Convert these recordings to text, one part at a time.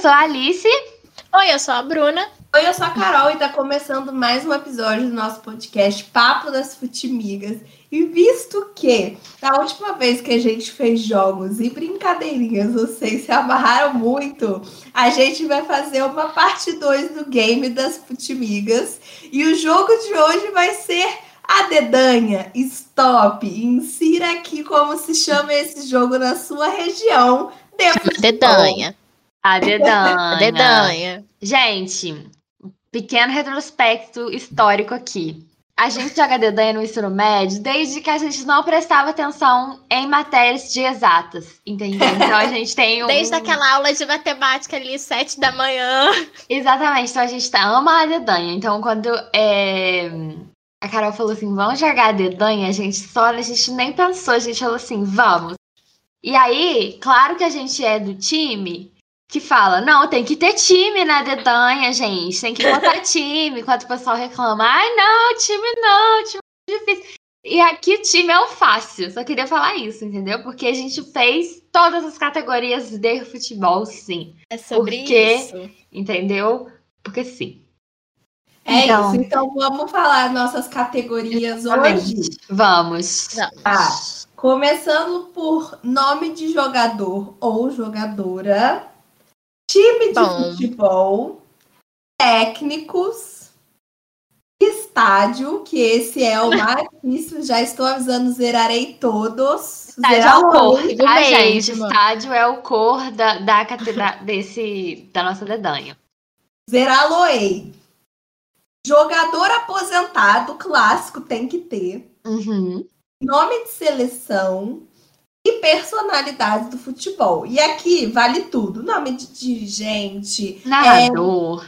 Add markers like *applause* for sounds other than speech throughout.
sou a Alice. Oi, eu sou a Bruna. Oi, eu sou a Carol e tá começando mais um episódio do nosso podcast Papo das Futimigas. E visto que da última vez que a gente fez jogos e brincadeirinhas, vocês se amarraram muito, a gente vai fazer uma parte 2 do game das Futimigas. E o jogo de hoje vai ser a dedanha, stop, insira aqui como se chama esse jogo na sua região. Depois- Dedanha. A *laughs* Dedanha. Dedanha. Gente, pequeno retrospecto histórico aqui. A gente joga dedanha no ensino médio desde que a gente não prestava atenção em matérias de exatas, entendeu? Então a gente *laughs* tem um... Desde aquela aula de matemática ali, sete da manhã. Exatamente, então a gente tá, ama a dedanha. Então quando é, a Carol falou assim, vamos jogar a dedanha, a gente só, a gente nem pensou, a gente falou assim, vamos. E aí, claro que a gente é do time que fala, não, tem que ter time na dedanha, gente, tem que botar time. Enquanto o pessoal reclama, ai não, time não, time é difícil. E aqui time é o fácil, só queria falar isso, entendeu? Porque a gente fez todas as categorias de futebol, sim. É sobre Porque- Entendeu? Porque sim. É Então. isso, então vamos falar nossas categorias hoje. Vamos. Tá. Começando por nome de jogador ou jogadora, time de Bom. futebol, técnicos, estádio, que esse é o mais difícil, já estou avisando, zerarei todos. Estádio é Zerar o cor. um. do Ah, meio, gente, mano. estádio é o cor da, da, cate- da, *laughs* desse, da nossa dedanha. Zeraloei. Jogador aposentado, clássico, tem que ter. Uhum. Nome de seleção e personalidade do futebol. E aqui vale tudo. Nome de, de gente, Narrador.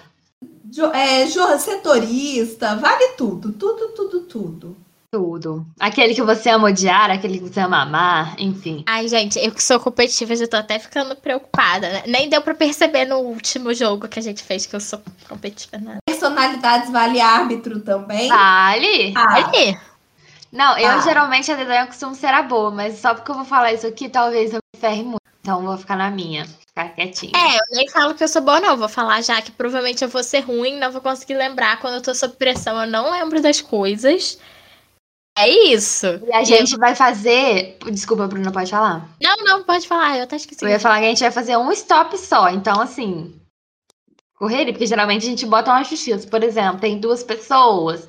jo, é, jo- setorista, vale tudo. Tudo, tudo, tudo. Tudo. Aquele que você ama odiar, aquele que você ama amar, enfim. Ai, gente, eu que sou competitiva, já tô até ficando preocupada, né? Nem deu pra perceber no último jogo que a gente fez que eu sou competitiva. Né? Personalidades vale árbitro também. Vale? Ah, Ali. Não, eu Ah. geralmente a dedanha costumo ser a boa, mas só porque eu vou falar isso aqui, talvez eu me ferre muito. Então eu vou ficar na minha, ficar quietinha. É, eu nem falo que eu sou boa, não. Vou falar já que provavelmente eu vou ser ruim, não vou conseguir lembrar. Quando eu tô sob pressão, eu não lembro das coisas. É isso. E a gente vai fazer. Desculpa, Bruna, pode falar? Não, não, pode falar. Eu até esqueci. Eu ia falar que a gente vai fazer um stop só, então assim. Correria, porque geralmente a gente bota uma justiça. Por exemplo, tem duas pessoas.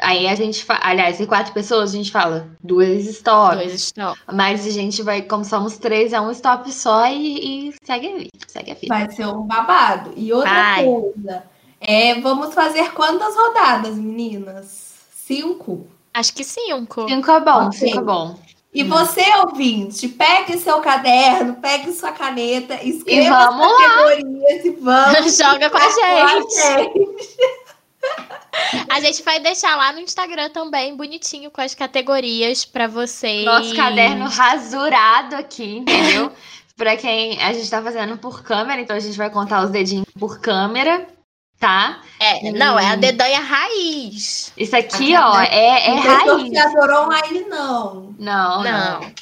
Aí a gente fa... Aliás, tem quatro pessoas, a gente fala duas stops. Dois stops. Mas a gente vai, como somos três, é um stop só e, e segue a vida. Segue a vida. vai ser um babado. E outra Vai. coisa, é, vamos fazer quantas rodadas, meninas? Cinco. Acho que cinco. Cinco é bom, Ok. cinco é bom. E Hum. você, ouvinte, pegue seu caderno, pegue sua caneta, E tá escreva vamos lá. categorias e *laughs* *laughs* vamos Joga com a pra gente. A gente vai deixar lá no Instagram também, bonitinho, com as categorias pra vocês. Nosso caderno rasurado aqui, entendeu? *laughs* pra quem. A gente tá fazendo por câmera, então a gente vai contar os dedinhos por câmera, tá? É, não, é a dedanha raiz. Isso aqui, ó, é, é Não tem raiz. sorteador online, não. Não, não, Não.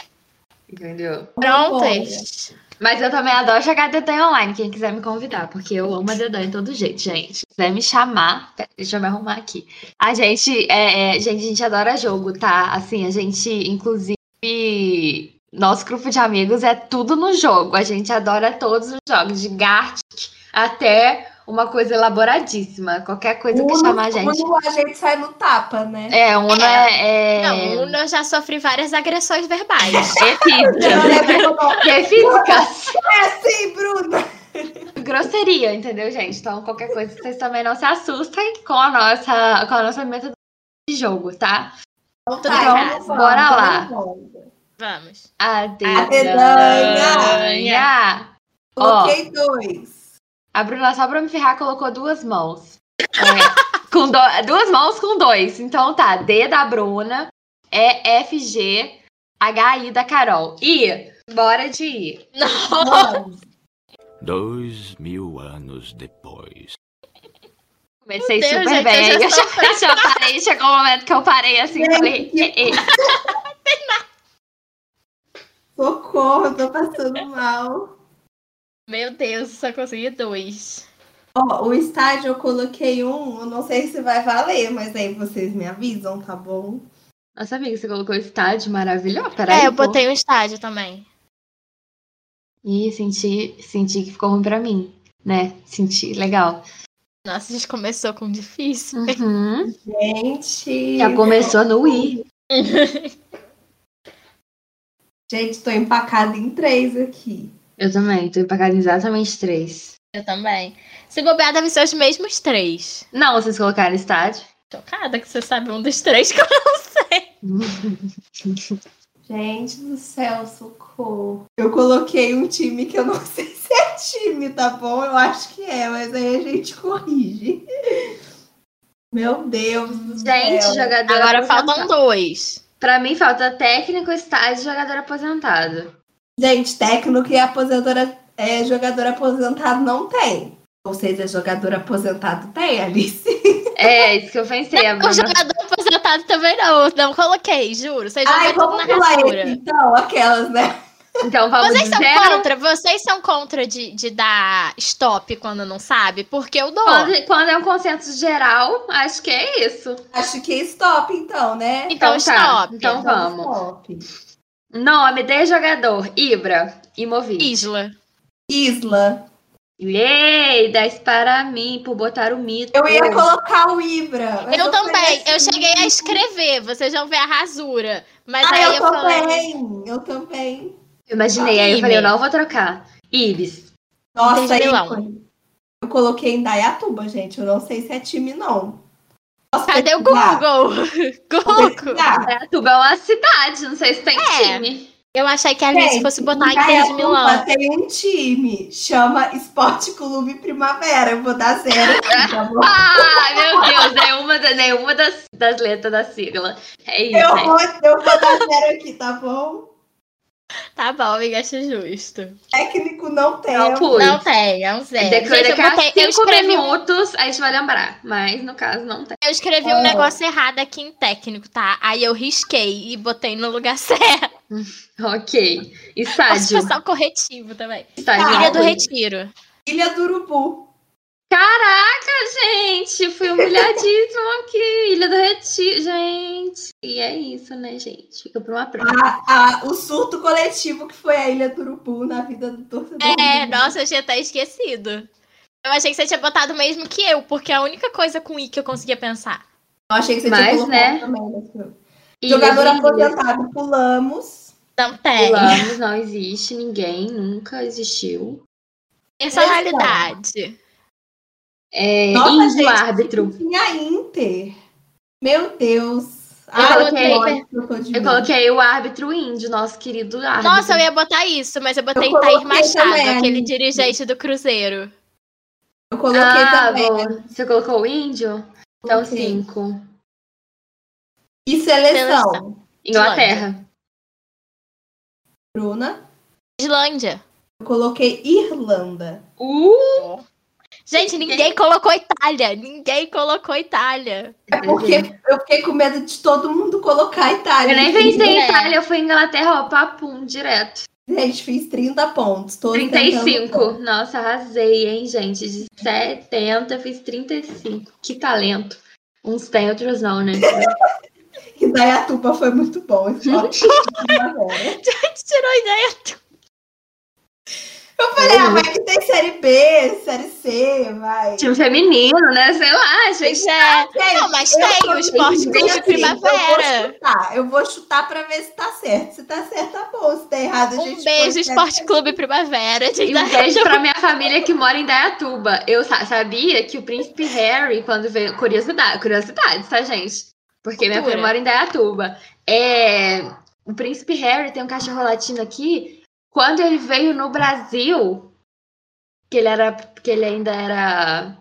Entendeu? é Prontas. Mas eu também adoro jogar dedanha online, quem quiser me convidar, porque eu amo a dedanha de todo jeito, gente. Se quiser me chamar, pera, deixa eu me arrumar aqui. A gente, é, é, gente, a gente adora jogo, tá? Assim, a gente, inclusive, nosso grupo de amigos é tudo no jogo. A gente adora todos os jogos, de Gartic até uma coisa elaboradíssima. Qualquer coisa que Uno- chamar a gente. Uno a gente sai no tapa, né? É, Uno é. é... Não, Uno, eu já sofri várias agressões *laughs* verbais. é física. Que é física. É assim, Bruna. Grosseria, entendeu, gente? Então, qualquer coisa, vocês também não se assustem com a nossa, com a nossa meta de jogo, tá? Então, Tudo bem, vamos bora embora, lá. vamos embora. Vamos. A dedanha. dedanha. Ó. *laughs* Coloquei dois. A Bruna, só pra me ferrar, colocou duas mãos. É, com do- Duas mãos com dois. Então tá, D da Bruna, E, F, G, H, I da Carol. I, bora de I. Vamos. Dois mil anos depois. Comecei Meu Deus, super gente, bem. Eu eu já *laughs* já, *laughs* eu já parei, chegou o momento que eu parei assim, falei, e, e. Socorro, tô passando mal. Meu Deus, eu só consegui dois. Ó, o estádio eu coloquei um, eu não sei se vai valer, mas aí vocês me avisam, tá bom? Nossa, amiga, você colocou estádio maravilhoso. Peraí, É, eu pô. botei um estádio também. Ih, senti, senti que ficou ruim pra mim, né? Senti, legal. Nossa, a gente começou com difícil. Uhum. Gente, Já começou no I. gente, tô empacada em três aqui. Eu também, tô empacada em exatamente três. Eu também. Se bobear, deve ser os mesmos três. Não, vocês colocaram *laughs* estádio. Chocada que você sabe um dos três que eu não sei. Gente do céu, socorro. Eu coloquei um time que eu não *laughs* sei se é time, tá bom? Eu acho que é, mas aí a gente corrige. Meu Deus do Gente, céu. jogador É, Agora um aposentado. faltam dois. Pra mim falta técnico, estádio e jogador aposentado. Gente, técnico e aposentora, é, jogador aposentado não tem. Ou seja, jogador aposentado tem, Alice. É, isso que eu pensei, a O jogador aposentado também não. Não coloquei, juro. Vocês jogam tá Ai, tudo vamos na pular rascura. esse, então, aquelas, né? Então vamos Vocês de são zero. contra? Vocês são contra de, de dar stop quando não sabe? Porque eu dou. Quando, quando é um consenso geral, acho que é isso. Acho que é stop, então, né? Então, tá, stop. Então vamos. Stop. Nome de jogador: Ibra, Imovic. Isla. Isla. Yay, 10 para mim por botar o mito. Eu ia colocar o Ibra. mas Eu também. falei Eu assim, cheguei a escrever. Vocês vão ver a rasura. Mas Ah, aí eu, eu, falei. assim, também, eu também. Eu imaginei, aí eu Ibe. falei, eu não vou trocar. Ibis. Nossa, Tem vilão. ícone. Eu coloquei em Dayatuba, gente. Eu não sei se é time, não. é Posso Cadê o pesquisar? Google? *laughs* Posso Google. pesquisar? Dayatuba é uma cidade, não sei se tem É. time. Eu achei que a Alice Gente, fosse botar Em em Inter de Milão. Dayatuba tem um time. Chama Esporte Clube Primavera. Eu vou dar zero. aqui, tá bom? Ah, meu Deus, nenhuma, da- nenhuma das, das letras da sigla. É isso. eu, hein? vou, eu vou dar zero aqui, tá bom? Tá bom, amiga, acho justo. Técnico não tem. Não pus. Não tem, é um zero. Declaro Gente, eu, que há botei- eu cinco escrevi, um- minutos, a gente vai lembrar. Mas, no caso, não tem. eu escrevi um É. negócio errado aqui em técnico, tá? Aí eu risquei e botei no lugar *laughs* certo. Ok. Acho Estádio. que só corretivo também. Estádio. Ilha do Ah, Retiro. Ilha do Urubu. Ah, Gente, fui humilhadíssimo aqui. Ilha do Retiro, gente. E é isso, né, gente? Fica pra uma próxima. Ah, A- a- o surto coletivo que foi a Ilha do Urubu na vida do torcedor. É, nossa, eu tinha até esquecido. Eu achei que você tinha botado o mesmo que eu, porque é a única coisa com I que eu conseguia pensar. Eu achei que você Mas, tinha colocado né? também. Mas... Ilhas Jogador e ilhas. aposentado, pulamos. Não tem. Pulamos, não existe ninguém, nunca existiu. É Personalidade. É, Nossa, índio gente, árbitro. Tinha Inter. Meu Deus. Ah, Eu coloquei- eu, tô de Eu mim. coloquei o árbitro índio, nosso querido árbitro. Nossa, eu ia botar isso, mas eu botei Eu Thaís coloquei Machado, também. aquele dirigente do Cruzeiro. Eu coloquei ah, também. né? boa. Você colocou o índio? Então, Coloquei. cinco. E seleção? Inglaterra. Bruna. Islândia. Eu coloquei Irlanda. Uh! Gente, ninguém colocou Itália. Ninguém colocou Itália. Uhum. É porque eu fiquei com medo de todo mundo colocar Itália. Eu nem pensei É. em Itália, eu fui em Inglaterra, ó, papum, direto. Gente, fiz 30 pontos. Tô tentando- né? 35. Nossa, arrasei, hein, gente? De 70, fiz 35. Que talento. Uns tem, outros não, né? Que Dayatuba foi muito bom. esse *laughs* ótimo primavera. Tirou a ideia. Eu falei, ah, mas que tem série B, série C, vai. Time feminino, né? Sei lá, gente. Pois é. Não, mas eu tem o também esporte clube tenho, assim, Eu vou primavera. chutar, tá, eu vou chutar pra ver se tá certo. Se tá certo, tá bom. Se tá errado, a gente Um beijo, pode- esporte clube primavera. de E um Itália. beijo pra minha família que mora em Dayatuba. Eu sa- sabia que o príncipe Harry, quando veio. Curiosidade, curiosidade, tá, gente? Porque minha Cultura. família mora em Dayatuba. É, O príncipe Harry tem um cachorro latino aqui. Quando ele veio no Brasil, que ele era. que ele ainda era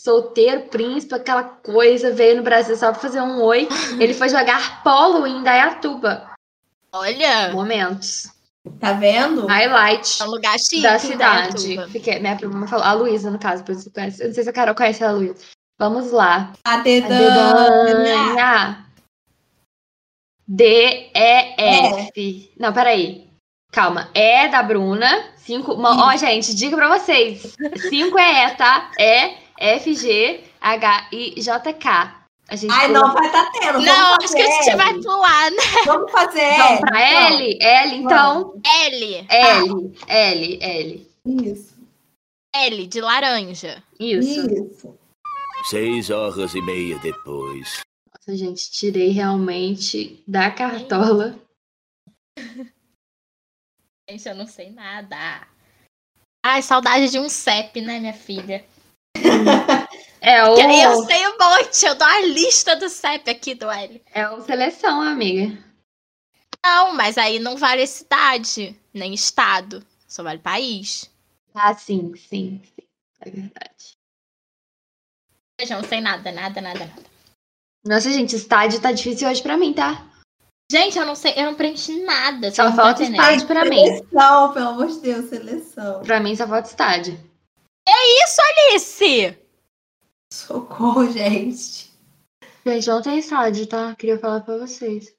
solteiro, príncipe, aquela coisa, veio no Brasil só pra fazer um oi. Ele foi jogar polo em Dayatuba. Olha, Momentos. Tá vendo? Highlight é um lugar chique. da né, cidade. Tuba? tá, Fiquei, né, minha prima falou, a Luísa, no caso, por isso que conhece. Eu não sei se a Carol conhece a Luísa. Vamos lá. A A tá dedanha. É. Dedanha. D-E-F. Não, peraí. Calma, é da Bruna. Cinco. Uma, ó, gente, dica pra vocês. Cinco é E, tá? É F, G, H, I, J, K. A gente Ai, pulou- não, vai tá tendo. Não, vamos acho fazer que a gente L. vai pular, né? Vamos fazer Vamos L. pra então. L? L, então. L. L, L, L. Isso, L de laranja. Isso. isso. Seis horas e meia depois. Nossa, gente, tirei realmente da cartola. Gente, eu não sei nada. Ai, saudade de um CEP, né, minha filha? É o, Que aí eu sei um monte, eu dou a lista do CEP aqui do L. é o seleção, amiga. Não, mas aí não vale cidade, nem estado. Só vale país. Ah, sim, sim, sim. É verdade. Eu já não sei nada, nada, nada, nada. Nossa, gente, estádio tá difícil hoje pra mim, tá? Gente, eu não sei, eu não preenchi nada. Só vocês não falta estão entendendo. estádio pra mim. Seleção, pelo amor de Deus, seleção. Pra mim só falta estádio. É Alice! Socorro, gente. Gente, não tem estádio, tá? Queria falar pra vocês.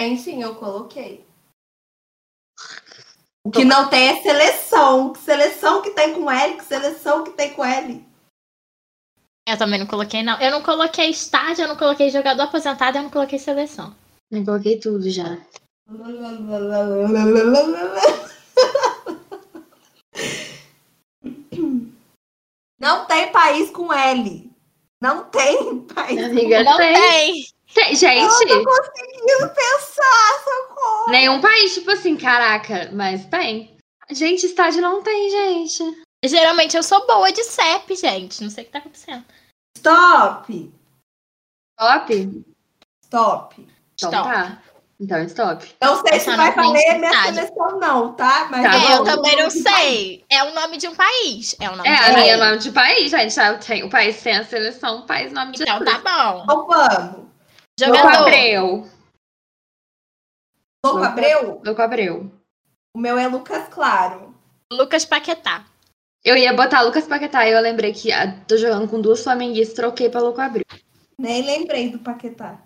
Enfim, eu coloquei. O que não tem é seleção. Que seleção que tem com L? Que seleção que tem com L? Eu também não coloquei, não. Eu não coloquei estádio, eu não coloquei jogador aposentado, eu não coloquei seleção. Eu coloquei tudo já. Não tem país com L. Não tem país. Amiga, não tem. tem. Tem- Gente, Conseguindo pensar, socorro. nenhum país, tipo assim, caraca, mas tem. Gente, estádio não tem, gente. Geralmente eu sou boa de CEP, gente. Não sei o que tá acontecendo. Stop. Stop? Stop. Então Stop. tá. Então stop. Não sei Eu só se não vai conheço valer minha metade. seleção, não, tá? Mas Tá é, bom. eu também não sei. É o nome de um país. É o nome É, de um a país. minha é nome de país, gente. já tem- o país tem a seleção, o país nome de Então tá bom. Então vamos. Louco Jogador. Abreu. Louco Abreu? Louco Abreu. O meu é Lucas Claro. Lucas Paquetá. Eu ia botar Lucas Paquetá e eu lembrei que ah, tô jogando com duas flamenguistas, troquei pra Louco Abreu. Nem lembrei do Paquetá.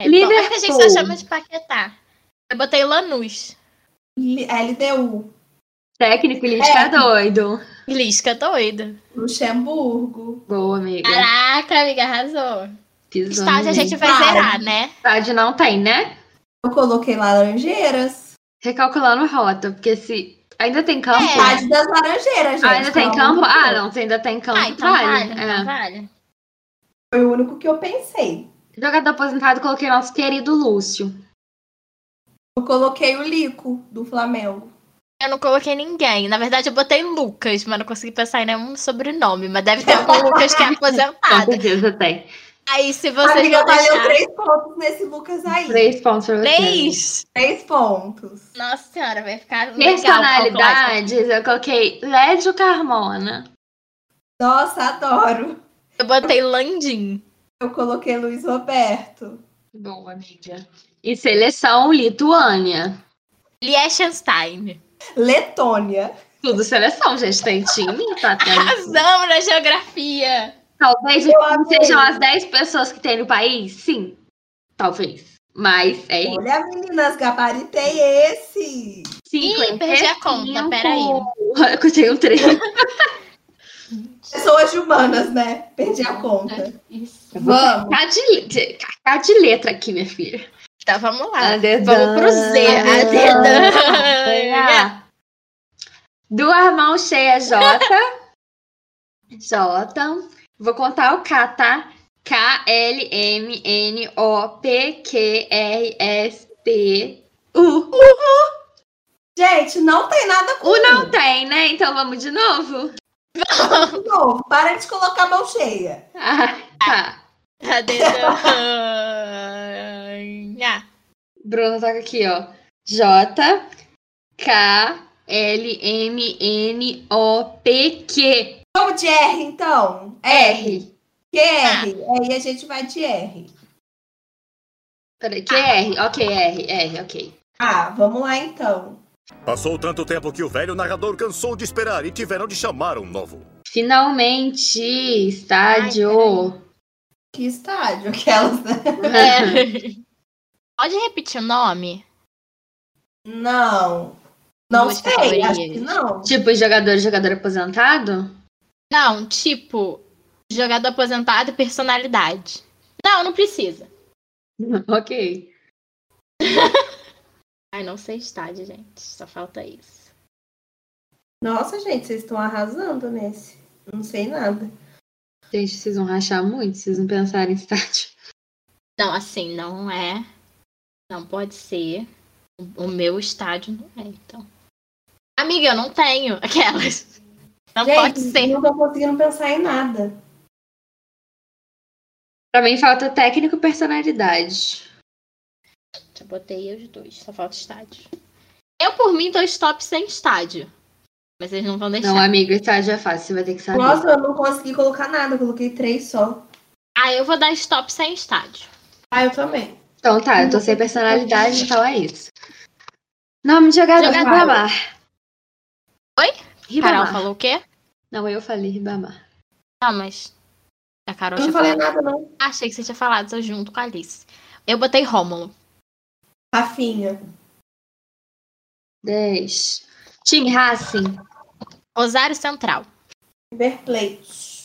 É, bom, Liverpool. é que a gente só chama de Paquetá. Eu botei Lanús. Li- é LDU. Técnico, ele É. tá doido. Lisca doido. Luxemburgo. Gol, amiga. Caraca, amiga, arrasou. Pisou Estádio no a gente vai Para. zerar, né? Estádio não tem, né? Eu coloquei Laranjeiras. Recalculando rota, porque se. Ainda tem campo? É. né? Estádio das Laranjeiras, gente. Ah, ainda tem pelo amor campo? de Ah, Deus. não, se ainda tem campo, Ah, então vale, vale. então É. vale. Foi o único que eu pensei. É. Jogador aposentado, coloquei nosso querido Lúcio. Eu coloquei o Lico, do Flamengo. Eu não coloquei ninguém. Na verdade, eu botei Lucas, mas não consegui pensar em nenhum sobrenome. Mas deve ter algum Lucas que é Com aposentado. certeza tem. Aí, se vocês Amiga, não valeu deixarem... três pontos nesse Lucas aí. Três, Três pontos pra você. Três! pontos. Nossa senhora, vai ficar legal. calcular isso. Personalidades, eu coloquei Lédio Carmona. Nossa, adoro. Eu botei Landim. Eu coloquei Luiz Roberto. Boa, amiga. E seleção Lituânia. Liechtenstein. Letônia. Tudo seleção, gente. Tem time, tá *laughs* tendo. Arrasamos na geografia. Talvez Eu amei. sejam as 10 pessoas que tem no país, sim. Talvez. Mas é isso. Olha, meninas, gabaritei esse. Ih, perdi a conta, peraí. *laughs* Eu tenho três. Pessoas humanas, né? Perdi a conta. Vamos. Cá Tá de, de- cá de letra aqui, minha filha. Então vamos lá. Adedan. Vamos pro Z. Adedan. Olha. Duas mãos cheias, J. J. Vou contar o K, tá? K, L, M, N, O, P, Q, R, S, T, U. Gente, não tem nada com U não tem, né? Então vamos de novo? De novo, para de colocar a mão cheia. Ah, tá. *laughs* Adedan. Bruno toca aqui, ó. J, K, L, M, N, O, P, Q, Vamos de R, então. R. Que R. Ah. Aí a gente vai de R. Peraí, QR, ok, R, R, ok. Ah, vamos lá, então. Passou tanto tempo que o velho narrador cansou de esperar e tiveram de chamar um novo. Finalmente, estádio. Que estádio? Aquelas, né? É. Pode repetir o nome? Não. Não Duas sei, categorias. acho que *laughs* não. Tipo, jogador e jogador aposentado? *laughs* Não, tipo, jogador aposentado e personalidade. Não, não precisa. ok. Ai, não sei estádio, gente. Só falta isso. Nossa, gente, vocês estão arrasando nesse. Não sei nada. Gente, vocês vão rachar muito, vocês não pensarem em estádio. Não, assim, não é. Não pode ser. O o meu estádio não é, então. Amiga, eu não tenho aquelas. Não gente, pode ser. não tô conseguindo pensar em nada. Pra mim falta técnico e personalidade. Já botei os dois, só falta estádio. Eu, por mim, dou stop sem estádio. Mas eles não vão deixar. Não, amigo, estádio é fácil, você vai ter que saber. Nossa, eu não consegui colocar nada, eu coloquei três só. Ah, eu vou dar stop sem estádio. Ah, eu também. Então tá, eu tô sem personalidade, então é isso. Nome de jogador, Jogador. Ribamar. Oi? Carol Ribamar. falou o quê? Não, eu falei Ribamar. Não, mas. A Carol Eu não já falei falou. nada, não. Ah, Achei que você tinha falado, sou junto com a Alice. Eu botei Rômulo. Rafinha. 10. Tim Racing. Rosário Central. River Plate.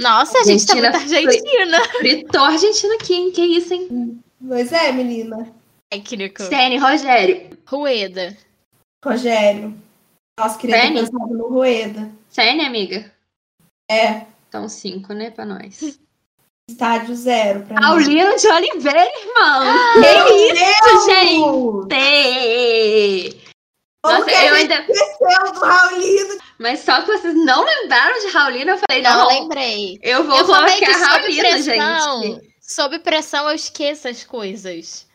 Nossa, a gente tá Argentina muito argentina. *laughs* Fritou a Argentina aqui, hein? Que isso, hein? Pois é, menina. Técnico. Sene, Rogério. Rueda. Rogério. Nossa, queria ter Sério? pensado no Rueda. Sene, né, amiga? É, Então, cinco, né, pra nós. estádio zero pra mim. Paulino de Oliveira, irmão! Que Ah! isso, gente! Como Nossa, que a eu gente ainda... esqueceu do Raulino? Mas só que vocês não lembraram de Raulino, eu falei, não, Não, lembrei. eu vou Eu falei que colocar sob Raulino, pressão. gente. Sob pressão eu esqueço as coisas.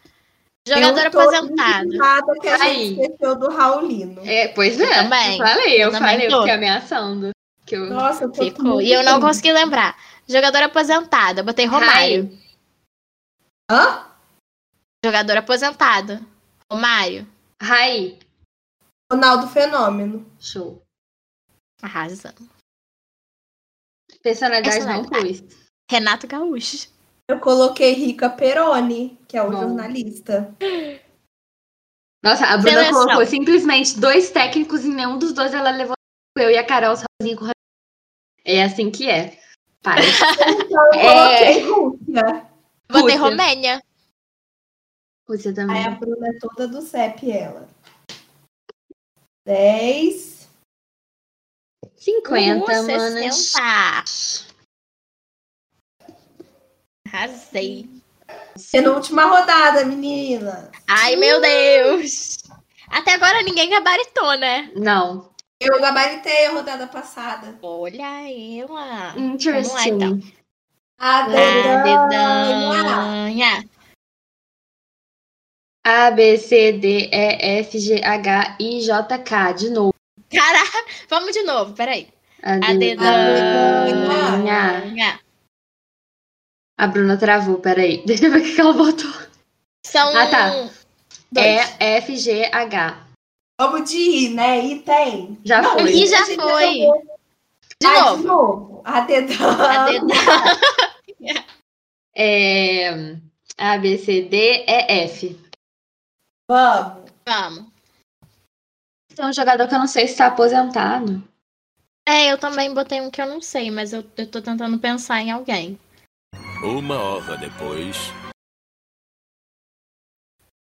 Eu Jogador tô aposentado. indignada que a Aí. gente esqueceu do Raulino. É, pois é, Eu também, eu falei, eu, eu também falei, eu tô. fiquei ameaçando. Que eu... Nossa, eu tô Ficou. muito E eu não triste. consegui lembrar. Jogador aposentado. Eu botei Romário. Raio. Hã? Jogador aposentado. Romário. Raí. Ronaldo Fenômeno. Show. Arrasando. Personalidade não pus. Renato Gaúcho. Eu coloquei Rica Peroni, que é o Bom. jornalista. Nossa, a Bruna Seleção. colocou simplesmente dois técnicos e nenhum dos dois ela levou eu e a Carol sozinha com o É assim que é. Para. *laughs* Eu É. coloquei Rússia. Eu Botei Rússia. Romênia. Você Aí também. a Bruna é toda do CEP, ela. 10. 50, Uh, manas. 60. Arrasei. Penúltima rodada, menina. Ai, meu Deus. Até agora ninguém gabaritou, né? Não. Eu gabaritei a rodada passada. Olha ela. Interesting. então. Ah, A Dedanha. Dedanha. A, B, C, D, E, F, G, H, I, J, K. De novo. Caraca, vamos de novo, peraí. A, A dedanha. dedanha. A Bruna travou, peraí. *laughs* Deixa eu ver o que que ela botou. São Ah, tá. dois. E, F, G, H. Vamos de I, né? I tem. Já Não, foi. E já Gente, foi. De Ah, novo. de novo. A A Dedanha. dedanha. É, A, B, C, D, E, F. Vamos. Vamos. Tem um jogador que eu não sei se tá aposentado. É, eu também botei um que eu não sei, mas eu, eu tô tentando pensar em alguém. Uma hora depois.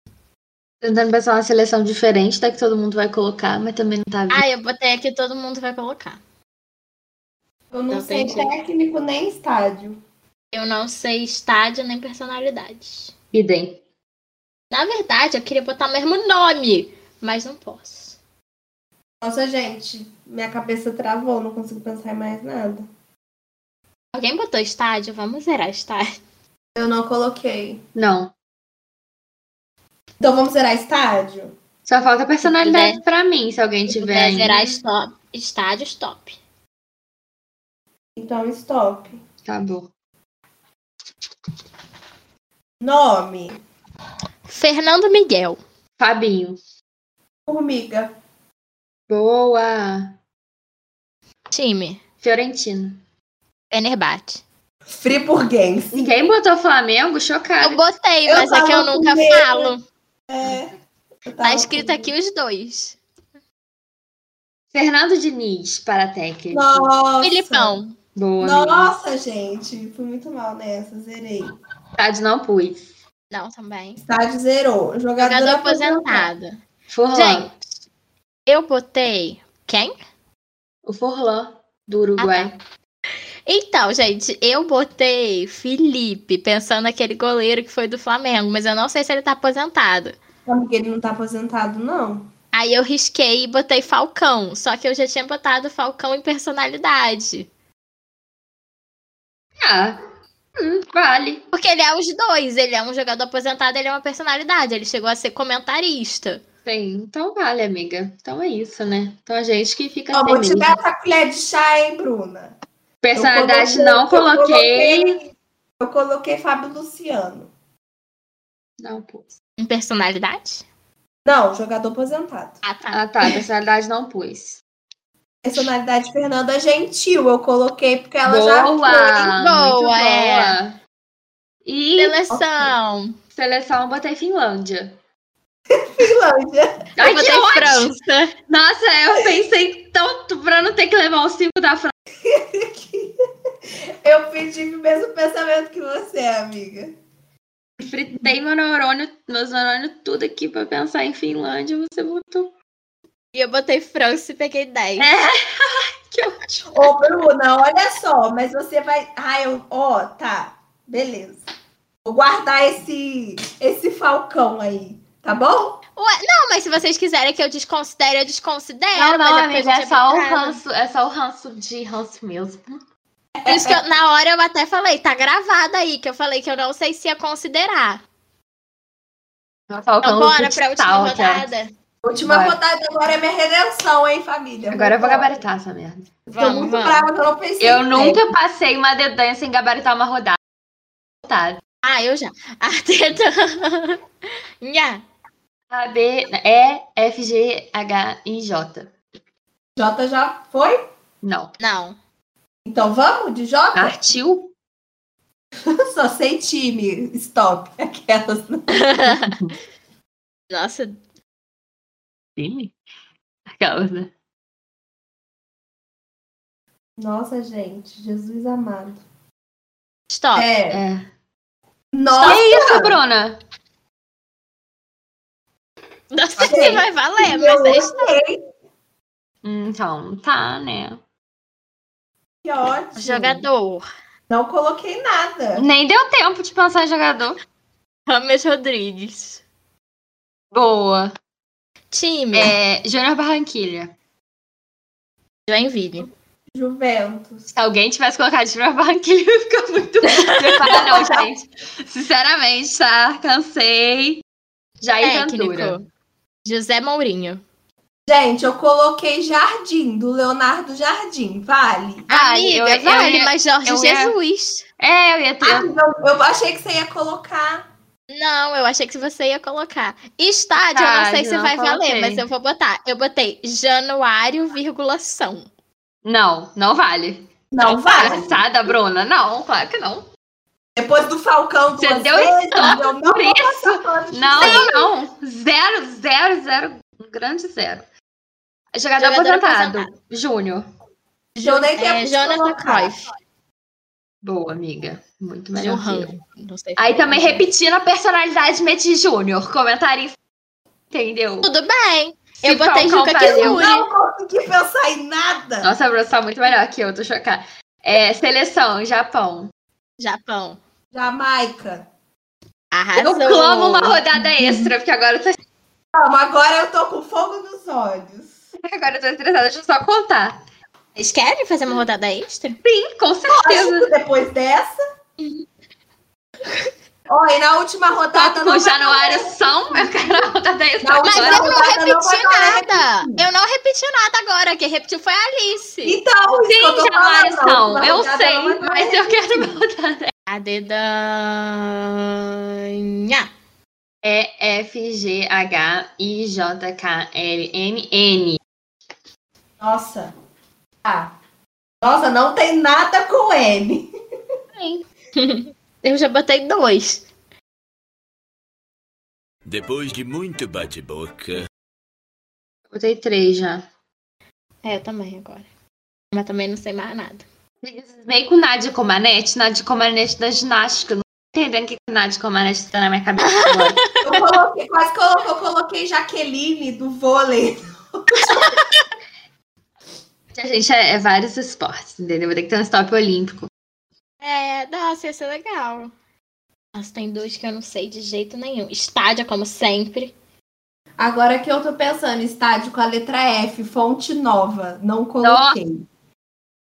Tá Tentando pensar uma seleção diferente da que todo mundo vai colocar, mas também não tá vindo. Ah, eu botei aqui todo mundo vai colocar. Eu não, Não sei tem jeito. técnico nem estádio. Eu não sei estádio nem personalidade. Idem. Na verdade, eu queria botar o mesmo nome, mas não posso. Nossa, gente, minha cabeça travou, não consigo pensar em mais nada. Alguém botou estádio? Vamos zerar estádio. Eu não coloquei. Não. Então vamos zerar estádio? Só falta personalidade pra mim, se alguém tiver. Puder ainda. zerar stop. estádio, stop. Então stop. Tá bom. Nome. Fernando Miguel. Fabinho. Formiga. Boa. Time. Fiorentino. Fenerbahçe. Friburguense. Ninguém botou Flamengo? Chocado. Eu botei, Eu mas é que eu falo nunca primeiro. falo. É. Eu tava Tá escrito aqui os dois. Fernando Diniz, para a técnica. Nossa. Filipão. Boa, amiga. Nossa, gente. Fui muito mal nessa. Zerei. Estádio não pus. Não, também. Estádio zerou. Jogador, Jogador aposentado. Furlan. Gente, eu botei. Quem? O Furlan, do Uruguai. Então, gente, eu botei Felipe, pensando naquele goleiro que foi do Flamengo, mas eu não sei se ele tá aposentado. Sabe que ele não tá aposentado, não? Aí eu risquei e botei Falcão, só que eu já tinha botado Falcão em personalidade. Ah, hum, vale. Porque ele é os dois, ele é um jogador aposentado, ele é uma personalidade, ele chegou a ser comentarista. Sim, então vale, amiga. Então é isso, né? Então a gente que fica Tá Ó, vou feliz. te dar essa colher de chá, hein, Bruna? Personalidade Eu não coloquei- coloquei. Eu coloquei Fábio Luciano. Não pus. Em personalidade? Não, jogador aposentado. Ah, tá. Ah, *laughs* tá. Personalidade não pus. Personalidade Fernanda Gentil, eu coloquei porque ela já boa, foi. muito Boa, é. boa. E Seleção. seleção eu botei Finlândia. Finlândia. Ai, eu que botei ótimo! França. Nossa, eu pensei tanto pra não ter que levar os cinco da França. Eu pedi o mesmo pensamento que você, amiga. Fritei meu neurônio, meus neurônios tudo aqui pra pensar em Finlândia. Você botou. E eu botei França e peguei 10. Que ótimo. Ô, Bruna, olha só, mas você vai. Ai, eu... ó, tá. Beleza. Vou guardar esse, esse falcão aí, tá bom? Não, mas se vocês quiserem que eu desconsidere, eu desconsidero. Não, mas não, é porque a amiga, gente é só o brigada. ranço, é só o ranço de ranço mesmo. Por É isso que eu- na hora eu até falei, tá gravado aí, que eu falei que eu não sei se ia considerar. Então, Falcão bora futsal, pra última cara. rodada. Última Vai. rodada agora é minha redenção, hein, família? Agora eu vou Vambora. gabaritar essa merda. Tô Vamos, muito vamos. brava que eu não pensei. Eu nisso. é. nunca passei uma dedanha sem gabaritar uma rodada. Tá, Ah, eu já. *laughs* Arteta. Nha. A, B, E, F, G, H e J. Jota já foi? Não. *laughs* Não. Então vamos de Jota? Partiu? Só sei time. Stop. *laughs* Aquelas. Nossa, Sim. Aquelas, né? Nossa, gente, Jesus amado. stop. É. É. Nossa, Que isso, Bruna? Não sei se Ok. vai valer, eu mas é isso. gostei, Então, tá, né? que ótimo. Jogador. Não coloquei nada. Nem deu tempo de pensar em jogador. Rames Rodrigues. Boa. Time. É, Júnior Barranquilha. Joinville. Juventus. Se alguém tivesse colocado Júnior *laughs* Barranquilha, eu ia ficar muito preparada, não, gente. Sinceramente, tá? Cansei. Jair Ventura. Técnico. José Mourinho. Gente, eu coloquei Jardim, do Leonardo Jardim. Vale. Vale, Ah, eu- Amiga, eu vale, ia- mas Jorge eu ia- Jesus. É, eu ia ter. Ah, não, eu achei que você ia colocar. Não, eu achei que você ia colocar. Estádio, eu não sei Estádio, se Ah, não vai valer, coloquei. mas eu vou botar. Eu botei januário, virgulação. Não, não vale. Tá Não, vale. Passada, Bruna? Não, claro que não. Depois do Falcão, Você duas deu vezes, stop eu não por vou isso. passar pano de Não, zero. não. Zero, zero, zero. Um grande zero. Jogador, Jogador aposentado. Júnior. Eu nem tenho É, que Jonathan colocar. Cruyff. Boa, amiga. Muito melhor. que eu. Johan. Não sei se Aí é também isso. repetindo a personalidade, meti Júnior. Comentarista. Entendeu? Tudo bem. Eu Se botei Falcão Juca valeu. Kifuri. Não consegui pensar em nada. Nossa, Bruna, você tá muito melhor que eu, tô chocada. É, seleção, Japão. Japão. Jamaica. Arrasou. Eu clamo uma rodada extra, porque agora eu tô, *laughs* Calma, agora eu tô com fogo nos olhos. agora eu tô estressada, deixa eu só contar. Vocês querem fazer uma rodada extra? Sim, com certeza. Depois dessa. Ó, e na última rodada. Tá não com vai- Januário São, meu canal tá daí Não, é Mas Agora eu agora. não rodada não vai repeti valer. nada. Eu não repeti nada agora. Quem repetiu foi a Alice. Então, isso que eu tô Sim, Januário falando, na São, última eu rodada sei, não é vai valer. mas eu quero voltar. A dedanha. É E, F, G, H, I, J, K, L, M, N. Nossa. Ah. Nossa, não tem nada com N. Eu já botei dois. Depois de muito bate-boca, Botei três já. É, eu também agora. Mas também não sei mais nada. Nem com Nadia Comanete, Nadia Comanete da ginástica. Não tô entendendo o que que Nadia Comanete tá na minha cabeça agora. Eu coloquei, quase colocou, coloquei Jaqueline do vôlei. A gente é, é vários esportes, entendeu? Vai ter que ter um stop olímpico. É, nossa, ia ser legal. Nossa, tem dois que eu não sei de jeito nenhum. Estádio, como sempre. Agora que eu tô pensando, estádio com a letra F, fonte nova. Não coloquei.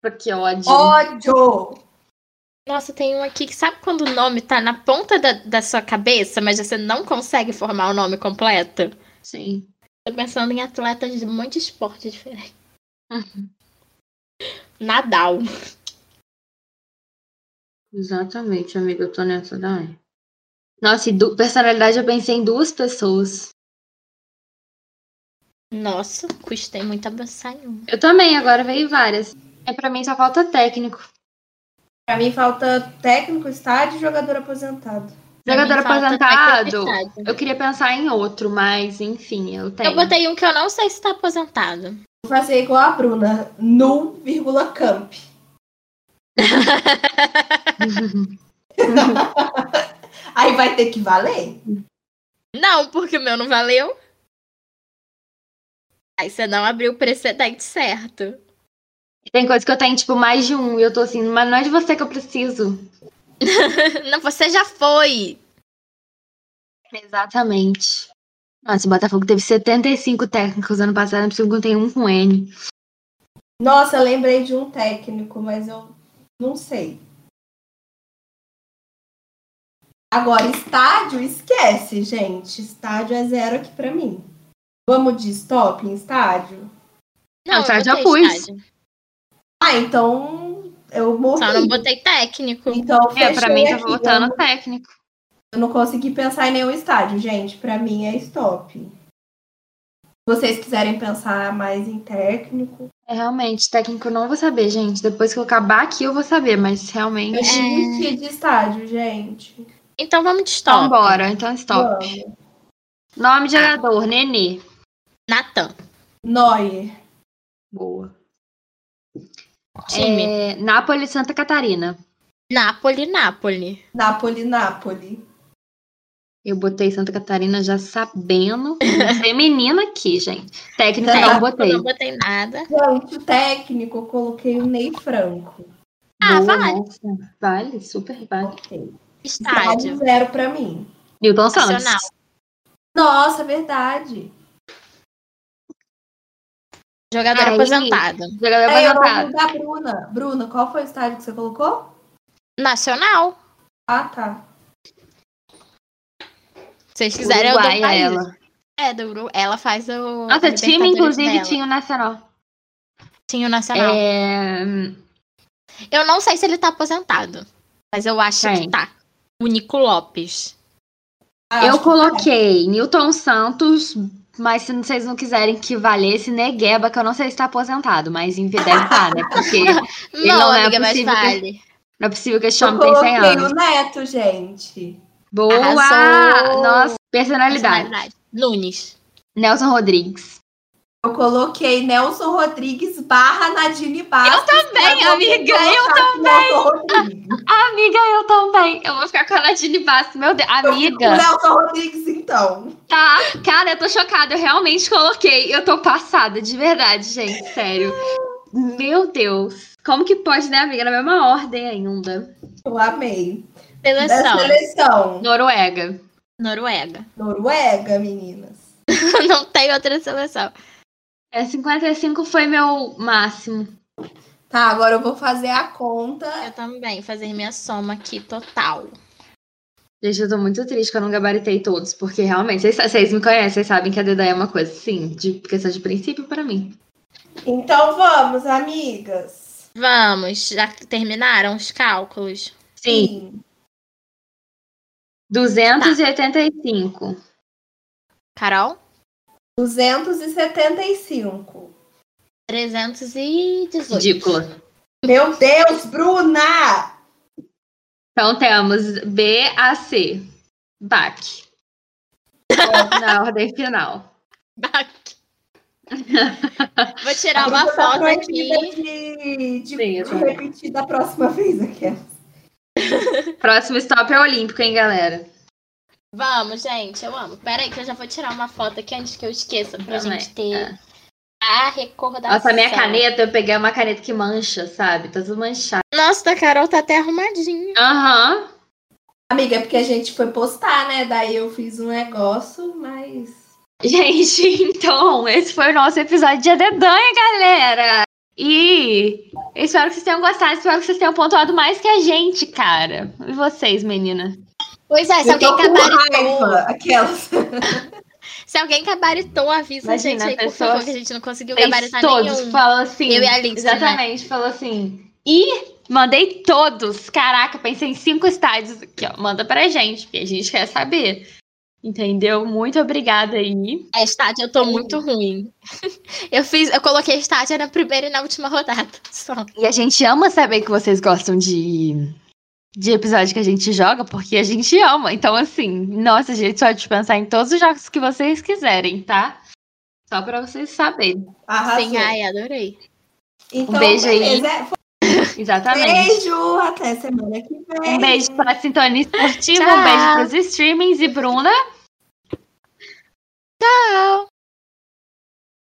Porque é ódio. Ódio! Nossa, tem um aqui que sabe quando o nome tá na ponta da, da sua cabeça, mas você não consegue formar o nome completo? Sim. Tô pensando em atletas de um monte de esporte diferente. *laughs* Nadal. Exatamente, amigo. Eu tô nessa daí. Nossa, e du- personalidade eu pensei em duas pessoas. Nossa, custei muito avançar em um. uma. Eu também, agora veio várias. É, pra mim só falta técnico. Pra mim falta técnico, estádio e jogador aposentado. Jogador Pra mim, falta é aposentado. atletas. Eu queria pensar em outro, mas enfim, eu tenho. Eu botei um que eu não sei se tá aposentado. *laughs* Vou fazer igual a Bruna. Nu, vírgula, camp. Aí vai ter que valer. Não, porque o meu não valeu. Aí você não abriu o precedente certo. *laughs* *laughs* Tem coisa que eu tenho, tipo, mais de um. E eu tô assim, mas não é de você que eu preciso. Não, você já foi. Exatamente. Nossa, o Botafogo teve 75 técnicos ano passado, não preciso que eu tenha um com N. Nossa, eu lembrei de um técnico, mas eu não sei. Agora, estádio, esquece, gente. Estádio é zero aqui pra mim. Vamos de stop em estádio? Não, eu tá, já botei pus. estádio. Ah, então eu morri. Só não botei técnico. Então, Tá É, pra mim fechei tá aqui. voltando técnico. Eu não consegui pensar em nenhum estádio, gente. Pra mim é stop. Se vocês quiserem pensar mais em técnico. É, realmente, técnico eu não vou saber, gente. Depois que eu acabar aqui, eu vou saber, mas Eu realmente. desisti de estádio, gente. Então vamos de Então, stop. bora, então stop. Vamos. Nome de jogador, Nenê. Natan. Neuer. Boa. Time. É, Nápoles, Santa Catarina. Nápoles, Nápoles. Napoli, Napoli. Eu botei Santa Catarina já sabendo. Feminina aqui, gente. Técnica *laughs* Tá. não Técnico, botei. Não botei nada. Gente, o técnico, eu coloquei o Ney Franco. Ah, Boa, vale. nossa. Vale, super vale. Ok. Estádio Estádio. zero pra mim. Newton Santos. Nacional. Nossa, verdade. Jogador Tá. Aí. aposentado. Jogador É, eu vou aposentado. mudar a Bruna. Bruna, qual foi o estádio que você colocou? Nacional. Ah, tá. Se vocês quiserem, eu dou Uruguai, pra ela. É, do Uru. Ela faz o. Nossa, a time, Libertadores inclusive, dela. tinha o Nacional. Tinha o Nacional. É... Eu não sei se ele tá aposentado, mas eu acho Quem? que tá. O Nico Lopes. Ah, acho Eu que- coloquei Newton Santos, mas se vocês não quiserem que valesse, Negueba, que eu não sei se tá aposentado, mas em deve estar, né? Porque Não, não é amiga, mas possível que- vale. não é possível que esse Eu homem tenha 100 coloquei anos. o Neto, gente. Boa! Arrasou! Nossa, personalidade. Personalidade. Nunes. Nelson Rodrigues. Eu coloquei Nelson Rodrigues barra Nadine Bastos. também, mas eu amiga, vou eu colocar aqui Nelson Rodrigues. Amiga, eu também. Eu vou ficar com a Nadine Bastos. Meu Deus, O amiga. Nelson Rodrigues, então. Tá, cara, eu tô chocada. Eu realmente coloquei. Eu tô passada, de verdade, gente. Sério. Meu Deus. Como que pode, né, amiga? Na mesma ordem ainda. Eu amei. Da Seleção. seleção. Noruega. Noruega. *laughs* Noruega, meninas. não tem outra seleção. É, 55 foi meu máximo. Tá, agora eu vou fazer a conta. Eu também, fazer minha soma aqui total. Gente, eu tô muito triste que eu não gabaritei todos, porque realmente, vocês, vocês me conhecem, vocês sabem que a Dedé é uma coisa, sim, de questão de princípio pra mim. Então vamos, amigas. Vamos, já terminaram os cálculos? Sim, 285. Carol? 275. 318. *laughs* Ridícula. Meu Deus, Bruna! Então temos B a C. BAC. na ordem final. Vou tirar uma Vou dar foto aqui. tá proibida De, de, Sim, de exatamente. repetir da próxima *laughs* vez aqui. Próximo stop é Olímpico, hein, galera? Vamos, gente, eu amo. Pera aí que eu já vou tirar uma foto aqui antes que eu esqueça pra Também, gente ter é. a recordação. Nossa, a minha caneta, eu peguei uma caneta que mancha, sabe? Tá tudo manchado. Nossa, da Carol tá até arrumadinha. Aham. Amiga, é porque a gente foi postar, né? Daí eu fiz um negócio, mas. *laughs* Gente, então, esse foi o nosso episódio de Adedanha, galera! E eu espero que vocês tenham gostado, espero que vocês tenham pontuado mais que a gente, cara. E vocês, menina? Pois é, se Eu alguém, tô com cabaritou, raiva, *laughs* Aquelas. se alguém cabaritou, avisa a Imagina, gente aí, por pessoas- favor, que a gente não conseguiu Vocês gabaritar todos tá nenhum. falam assim. Eu e a Alice, né? Exatamente, falou assim. E mandei todos. Caraca, pensei em cinco estádios aqui, ó. Manda pra gente, porque a gente quer saber. Entendeu? Muito obrigada aí. É, estádio, eu tô muito ruim. *laughs* Eu fiz, eu coloquei estádio na primeira e na última rodada. *laughs* Só. E a gente ama saber que vocês gostam de, de episódio que a gente joga, porque a gente ama. Então, assim, nossa, a gente pode pensar em todos os jogos que vocês quiserem, tá? Só pra vocês saberem. Arrasou. Sim, ai, adorei. Então, Um beijo aí. beleza. Exatamente. Beijo. Até semana que vem. Um beijo pra Sintonia Esportiva, Tchau. um beijo pros streamings e Bruna. Tchau!